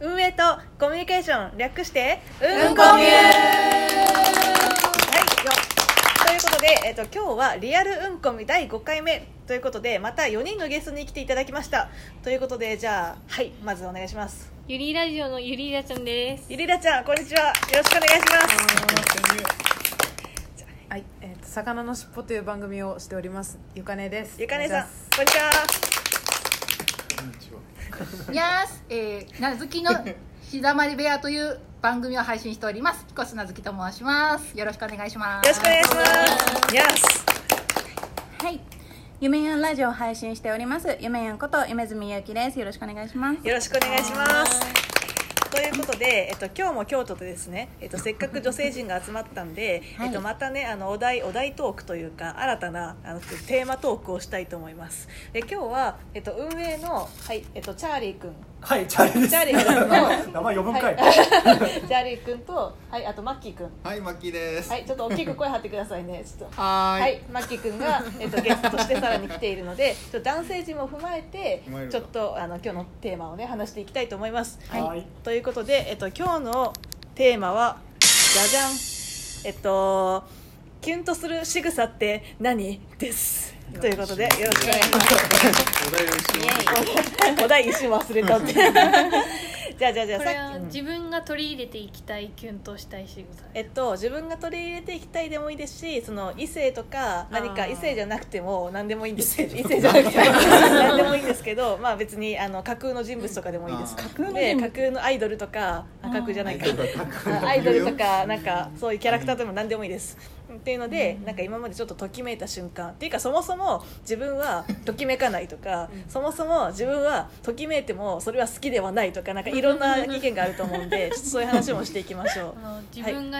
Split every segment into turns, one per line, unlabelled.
イトコミュニケーション略して
うんこみ
はい
ゅ
よということで、えっと今日はリアルうんこみ第5回目ということでまた4人のゲストに来ていただきましたということでじゃあはいまずお願いします
ゆりラジオのゆりらちゃんです
ゆりらちゃんこんにちはよろしくお願いします
はい、えっ、と魚のしっぽという番組をしておりますゆかねです。
ゆかねさん
お願いします
こんにちは
こんにちは。
やーす、えー、なずきのひだまり部屋という番組を配信しております。彦須なずきと申します。よろしくお願いします。
よろしくお願いしますやす
はい。ゆめやんラジオを配信しております。ゆめやんこと夢住ゆうきです。よろしくお願いします。
よろしくお願いします。ということで、えっと、今日も京都でですね、えっと、せっかく女性陣が集まったんで、
はい
えっと、またねあのお題お題トークというか新たなあのテーマトークをしたいと思いますで今日は、えっと、運営の、はいえっと、チャーリー君
はい、チャーリーです。
チャーリー君の
名前呼ぶんか い。
チャーリー君と、はい、あとマッキー君
はい、マッキーです。
はい、ちょっと大きく声張ってくださいねちょっと
はーい
はい、マッキー君が、えっと、ゲストとしてさらに来ているのでちょっと男性陣も踏まえて
踏まえる
ち
か
ょっとあの今日のテーマをね話していきたいと思います。
はい
ということで、えっと、今日のテーマはじゃじゃん、えっと、キュンとする仕草って何です。ということでよろしくお願いします。
お題を一緒に
お題一瞬忘れた って。じゃあじゃあじゃあ
こ
さ
れは
っき。
自分が取り入れていきたいキュンとしたい仕草
えっと、自分が取り入れていきたいでもいいですしその異性とか何か
あー
異性じゃなくても何でもいいんです
異性
異性じゃなくても何でもいいんですけど、まあ、別にあの架空の人物とかでもいいです
あー
架空ので架空のアイドルとかあ架空じゃないか
か
アイド ルとかなんかそういうキャラクターでも何でもいいですっていうのでなんか今までちょっとときめいた瞬間っていうかそもそも自分はときめかないとかそもそも自分はときめいてもそれは好きではないとかなんかいろんな意見があると思うんでちょっとそういう話もしていきましょう
あ。の自分が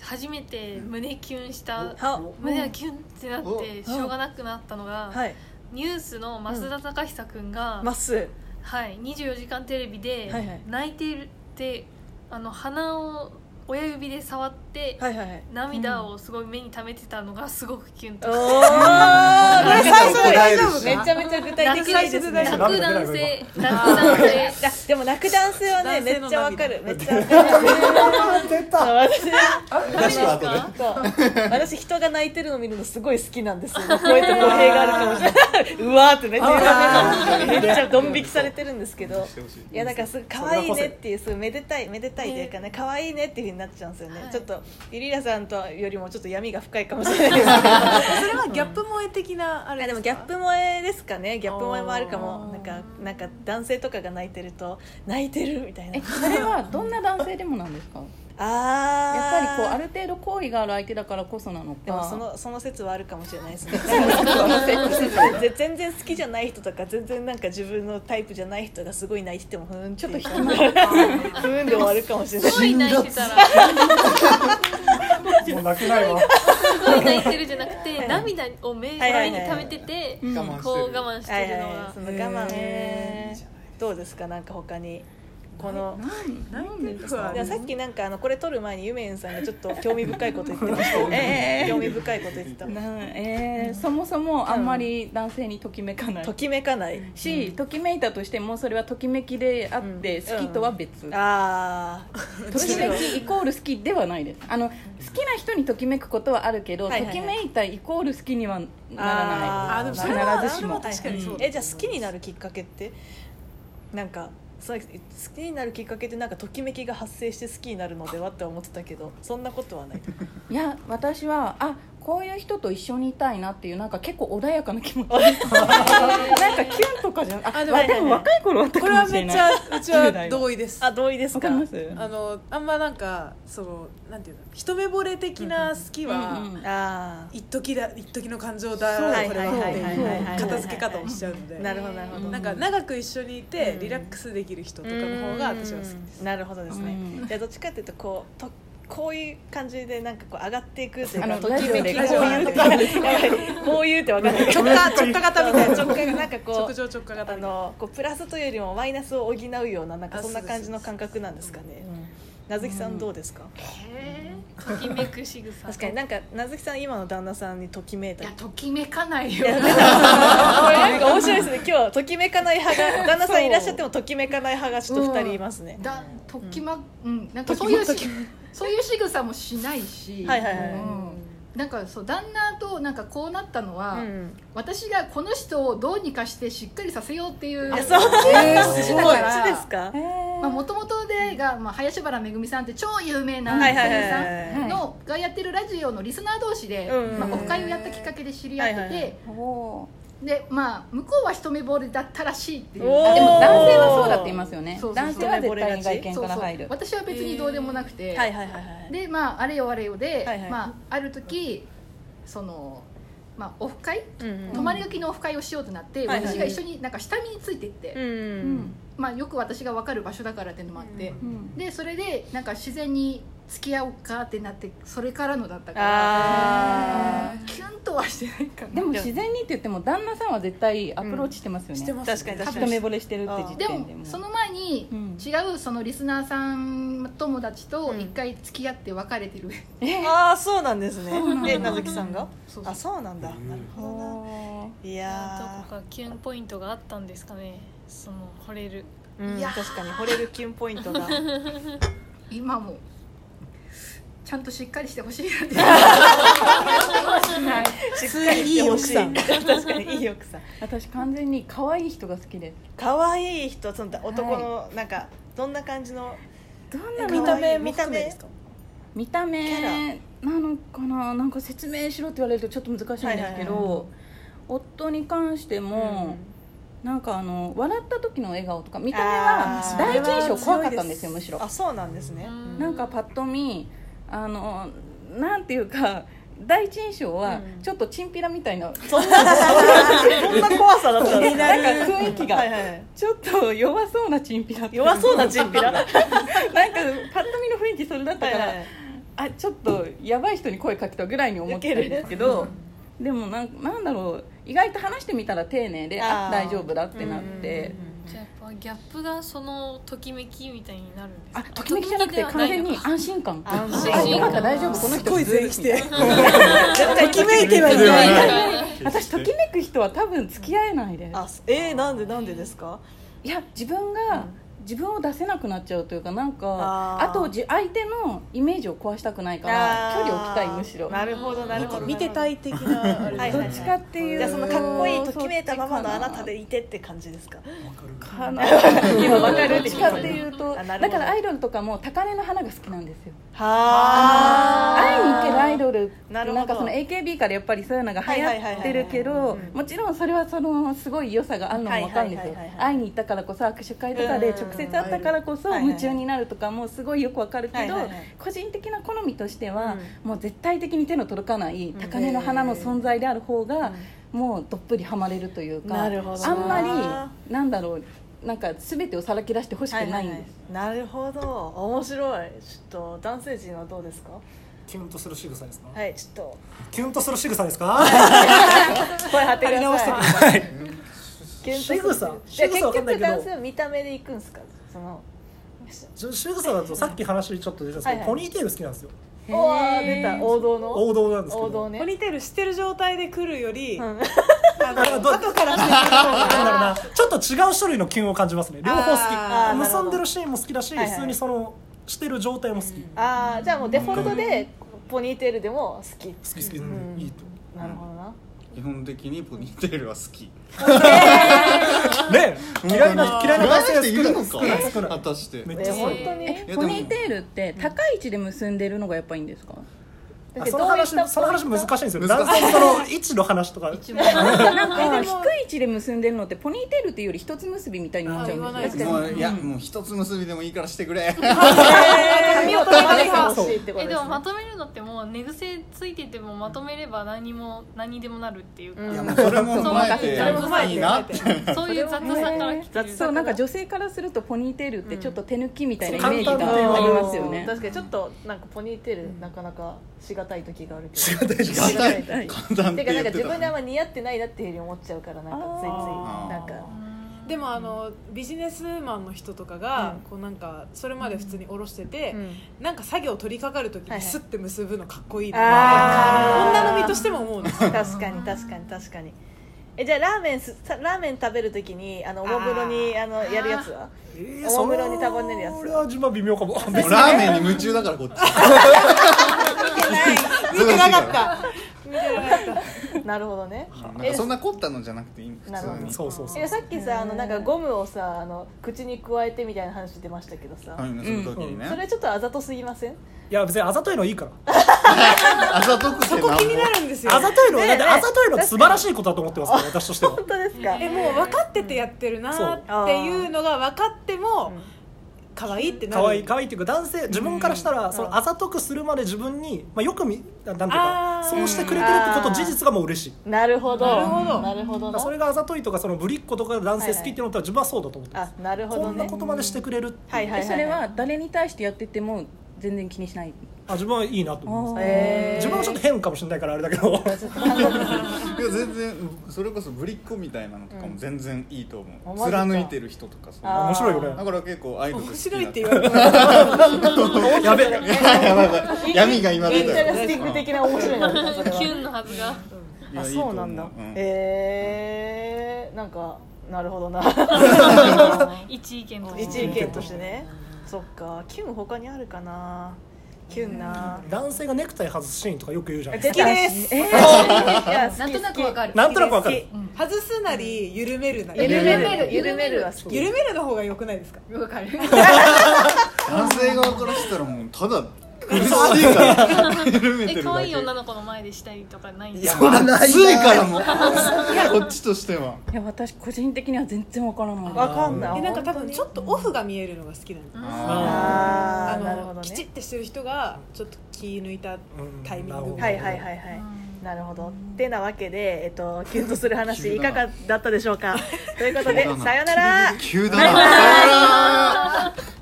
初めて胸キュンした、
は
胸がキュンってなって
お
しょうがなくなったのが、
はい、
ニュースの増田貴久君が、
まっすー
はい、24時間テレビで
はいはい
泣いてるってあの鼻を親指で触って、
はいはいはい。
涙をすごい目に溜めてたのがすごくキュン
お
と
お、
し
こ
た
れ最初で大丈夫。
答え
め
る
ちゃめちゃ具体的ですね。
楽
い
楽男性楽男性
やでも泣く男性はね、め
男性
っ
の
ちゃ
涙
わかる。めっちゃわかる。
出た。
私
出した後ね。
そう私人が泣いてるの見るのすごい好きなんですよこうやって語弊があるかもしれないうわーってめっちゃめっちゃドン引きされてるんですけど
してほしい
いやなんかすごい可愛いねっていうすごいめでたいめでたいというかね可愛いねっていうふうになっちゃうんですよね、
はい
ちょっとゆりらさんとよりもちょっと闇が深いかもしれないですけど
それはギャップ萌え的なあ れ
あですも
か
ギャップ萌えですかねギャップ萌えもあるかも
おー
なんかなんか男性とかが泣いてると泣いてるみたいな
え、それはどんな男性でもなんです か。やっ
あ
ぱりこうあ
る
る程度好意がある相手だからこそなのか。
でもそのその説はあるかもしれない ですねなんかぜ 全然好きじゃない人とか全然なんか自分のタイプじゃない人がすごい泣いててもふーんちょっと引きまふーんで終わるかもしれない
すごい泣いてたらす
もう泣けないわ。
ごい泣いてるじゃなくて涙を目
はいはいはい
目に溜めてて
うん
我慢して
こう
る。
我慢して
はいは
る
い
の
は
が
いその我
へ
慢どうですかなんか他にこの
なんなんですか。
いやさっきなんかあのこれ撮る前にゆめんさんがちょっと興味深いこと言ってました よね興味深いこと言ってた
なんえーそもそもあんまり男性にときめかない
と。きめかない
し、ときめいたとしてもそれはときめきであって
うん
好きとは別、
あ
ときめきイコール好きではないですあの好きな人にときめくことはあるけど、
はいはいはい
ときめいたイコール好きにはなら
あ
あ
ー
ーで
ない
も
必
それは
ずしも
あれは確かにそう
ーえじゃあ好きになるきっかけってなんかそう好きになるきっかけってなんかときめきが発生して好きになるのではって思ってたけどそんなことはない
いや私はあこういう人と一緒にいたいなっていうなんか結構穏やかな気持ちなんかキュンとかじゃな
あ
あ
で
で
も
もでも若い頃はあった
こ
か
れ
も
は
しれ
めっ
な
ち
い
ゃうち
10
は
代
同意です
あ同意です
わ
か
かります
あのあんまなんかそのなんていうの一目惚れ的な好きは、
うんうん
あ
一時だ一時の感情だ
そう
これはって
はい
はいはいはい
い
は
う
い
片付け方をしちゃうの
あ
で
なるほどなるほど
なんか長く一緒にいてリラックスできる人とかの方が私は好きです
なるほどですね
うん
じゃあどっちかっていうとこうとこういう感じでなんかこう上がっていくという
あ
か
の
と
ラ
き
ジオ
め
で
き
こ
が
ういうとか
こういうってわかんない
直下直下型みたいな
直感がなんかこ
直
う
上直下
あ
型みたいな
のこうプラスというよりもマイナスを補うようななんか
あ
そんな
そうです
感じの感覚なんですかね。なずきさんどうですか。
へときめく仕草
確かになんかなずきさん今の旦那さんにときめい
い
た
や
り
ときめかないよ
いやなんかこれなんか面白いですね今日はときめかない派が旦那さんいらっしゃってもときめかない派がちょっと2人いますね、
だときまうんなんかそういうしそういう仕草もしないし
はいはいはい
うんなんかそう旦那となんかこうなったのは、
うん
私がこの人をどうにかしてしっかりさせようっていう
あそう
えー、
そ
す
っ
ご い
ちですか
まあ元々でが、まあ、林原めぐみさんって超有名な
は
女
いはいはい
優
は
さん
い
のがやってるラジオのリスナー同士で、
うん
まあ、オフ会をやったきっかけで知り合ってて、
はいはいは
おー
でまあ向こうは一目惚れだったらしいっていう
おー
でも男性はそうだって言いますよね
そうそうそう
男性は絶対に外見
そう
から
そう
入る
私は別にどうでもなくて、
はいはいはいはい
でまああれよあれよで、
はいはい
まあ、ある時その、まあ、オフ会
うん
泊まりがけのオフ会をしようとなって、
はいはい
私が一緒になんか下見についてって、
うんう
うんん
まあ、よく私が分かる場所だからっていうのもあって、
うん
でそれでなんか自然に付き合おうかってなってそれからのだったから
あ
キュンとはしてないかな
でも自然にって言っても旦那さんは絶対アプローチしてますよね、
して
ー
ま
確
す
かに確か
一目
に
惚れしてるって時点
で
で
も
も
その前に
うん
違うそのリスナーさん友達と一回付き合って別れてる、
ああそうなんですねでなずきさんが
そうそう
あそうなんだなるほど
おー
い
ど
や
こかキュンポイントがあったんですかねその惚れる
ーうん
いやー
確かに惚れるキュンポイント が
今もちゃんとしっかりしてほしいなって
しっかりしてほしい確かにいい奥さん
私完全に可愛い人が好きです
可愛い人その男のなんかどんな感じの
どん
え
な
可愛い見
見た目も
た
含
目
めですか
見た
キャ
目なのかななんか説明しろって言われるとちょっと難しいんですけど、
はいはい
夫に関しても、なんかあの笑った時の笑顔とか見た目
あ
は
ー
第一印象怖かったんですよむしろ
あそうなんですね
うん
なんかパッと見あのなんていうか 第一印象は
うん
ちょっとチンピラみたいな、
そんなそんな怖さだったんですね
なんか雰囲気が
はいはい
ちょっと弱そうなチンピラっていう
弱そうなチンピラ はい
なんかパッと見の雰囲気それだったから、
はい
あちょっとやばい人に声かけたぐらいに思ってたんですけどでもなんなんだろう意外と話してみたら丁寧であ
あー
大丈夫だってなって
じゃあやっぱギャップがそのときめきみたいになるんです
あ
か
ときめきじゃなくて
あとき
完
めきではない
全
の
に安心感
安
心
あ
感
よかった大丈夫この
す
人
ごい全
普
員
通
し
みた
て
いな
絶 対決めてはい
では
ない
ない
私ときめく人は多分付き合えないです
あえー、なんでなんでですか
いや自分が自分を出せなくなっちゃうというかなんか
あ
あ
ー
とじ相手のイメージを壊したくないから距離を置きたいむしろ
なるほどなるほど
見てた
い
い的なあれ
はい
どっちかっていう
じゃあそのかっこいいときめいたままのあ
そっちか
なたでいてって感じですか
かな今わかる
ど
ど
っ
っ
ち
ち
か
か
っ
ってて
い
いうう
と
と
あなるほど
だからアイドルとかも高嶺の花が好きなんですよ会いに行けるアイ
は
ドル
な
な
るほど
んかその AKB からやっぱりそういうのが流行ってるけ
はいはいはい
ど
はいうん
もちろんそれはそのすごい良さがあるのも分かるんです
はい
よ
はいはいはいはい
会いに行ったからこそ握手会とかで
うん
直接会ったからこそ
はいはい
夢中になるとかもすごいよく分かるけど
はいはいはい
個人的な好みとしてはもう絶対的に手の届かない高嶺の花の存在である方がもうどっぷりはまれるというか
な
あ
るほどなん
まりなんだろうなんか全てをさらけ出してほしくないんです
なるほど面白いちょっと男性陣はどうですか
キュンとする仕草ですか
はいちょっと
キュンとする仕草ですか
声張ってくださいい
仕草
や
仕
結
草わかんない
局
け
男
ど
性は見た目で行くんですかその
し仕草だとさっき話ちょっと出たんですけ
はいは
ど
い
ポニーテール好きなんですよ
おわ出た王道の
王道なんですけ
王道
ど
ね
ポニーテールしてる状態で来るより、
ん
あの
あど
後からしてくる方が
なんだろうなちょっと違う種類のキュンを感じますね両方
あー
好き結んでるシーンも好きだし
なるほど
普通にそのしてる状態も好き好
ああじゃあもうデフォルトでポニーテールでも好き
き好き
ん
いいと
なるほどな
基本的にポニーテールは好き
ね嫌いな嫌いな男性
嫌いな人いるの
人
か
少ない少ない
果たして
めっ
え
ちゃ少
本
ない
当に
え
いやで
ポ
も
ニーテールって高い位置で結んでるのがやっぱいいんですか
あその話その話難しいんですよ
難し
男性
い
のその位置の話とか
なんか低い位置で結んでるのってポニーテールっていうより一つ結びみたいになっちゃうんですよ
もういやもう一つ結びでもいいからしてくれ
見事に出てほしいってこと
え
で
ですもまとめるのってもう寝癖ついててもまとめれば何も何でもなるっていうか、
うん
いやもうそれも踏まえて
そうそれも踏まえて
いいな って
そういう雑さから来てる
そうなんか女性からするとポニーテールってちょっと手抜きみたいなイメージ
そう簡単
が
な
ありますよね
確かにちょっとなんかポニーテールなかなかしがたい時があるけどし
簡単簡単って
かな
て言
んか
って
自分であん
た
ま似合ってないなっていうふうに思っちゃうからなんかついついなんか
うん
でもあのビジネスマンの人とかが、
うん
こうなんかそれまで普通に下ろしてて、
うん
なんか作業取り掛かる時
はい
に
はい
スッて結ぶのかっこいいな、
あー
女の身としても思うの
確かに確かに確かにえじゃあラーメンすさラーメン食べるときにあのおもむろにあのやるやつは
え
おもむろに束ねるやつ
それは順番微妙かも
もうラーメンに夢中だからこっち見てない見てなかった
なるほどね
なんかそんな凝ったのじゃなくていい普
なるほ
通
ど
に
そうそうそう
えさっきさあのなんかゴムをさあの口に加えてみたいな話出ましたけどさ、
髪結ぶ時に
そ
ね
れちょっとあざとすぎません
いや別にあざといのいいから
あざとくてなん
気にな
ぼ
るんですよ
あざといの、
ねえ
だって
ねえ
あざといの素晴らしいことだと思ってますから、私 としては。
本当ですか
えもう分かっててやってるなっていうのが分かっても
うん
可愛いってなる
可愛い可愛いっていうか男性自分からしたら、そのあざとくするまで自分に、まあ、よくみなんていう
あー
かそうしてくれてるってこと事実がもう嬉しい
なるほど
なるほど
なるほど
だから
な
それがあざといとかそのぶりっ子とか男性好きっていうのとは自分はそうだと思ってます、
あなるほ
こ
ど
んな
ね
ことまでしてくれるって、
はいはいはいい
それは誰に対してやってても全然気にしない
あ自分はいいなと思います、
えー
自分はちょっと変かもしれないからあれだけど
いや全然それこそぶりっ子みたいなのとかも全然いいと思
う
う、
ん
貫いてる人とかそう
あー
面白いよね
だから結構アイドル好
面
き
白い
な
って言われて
やべえ
やばいやばい 闇が今
イ
出
ンタ
た
ラスティング的な面白いなそれは
キュンのはずが
いや
あ
いいと
そ
思
うなんだ
うん
えー、なんかなるほどな
一意見として
一意見としてねそっかキュン他にあるかなキュンな
男性がネクタイ外すシーンとかよく言うじゃない
出
ですか
た
で すえ
な
なんとなくわかる
なんとなくわかる
外すなり緩めるなり
緩める
緩
緩め
める
るは好き
緩めるの方が良くないですか
わかる
男性側からしたらもうただ苦しいから緩めて
え
る
可
だけ
愛い女の子の前でしたりとかないん
い
です
や
か
暑いから もうこっちとしてはい
や私個人的には全然わからない
わかんない
えなんか多分ちょ
っ
っとオフが見えるのが好きなの
あ
あ
ーなるほど
のきち
ね
ってしてる人がちょっと気抜いたタイミング
はいはいはいはいなるほどってなわけで、えっと、キュンとする話い
急だ
か
な
がだったでしょうかということで
急だな
さよなら
急だなさよなら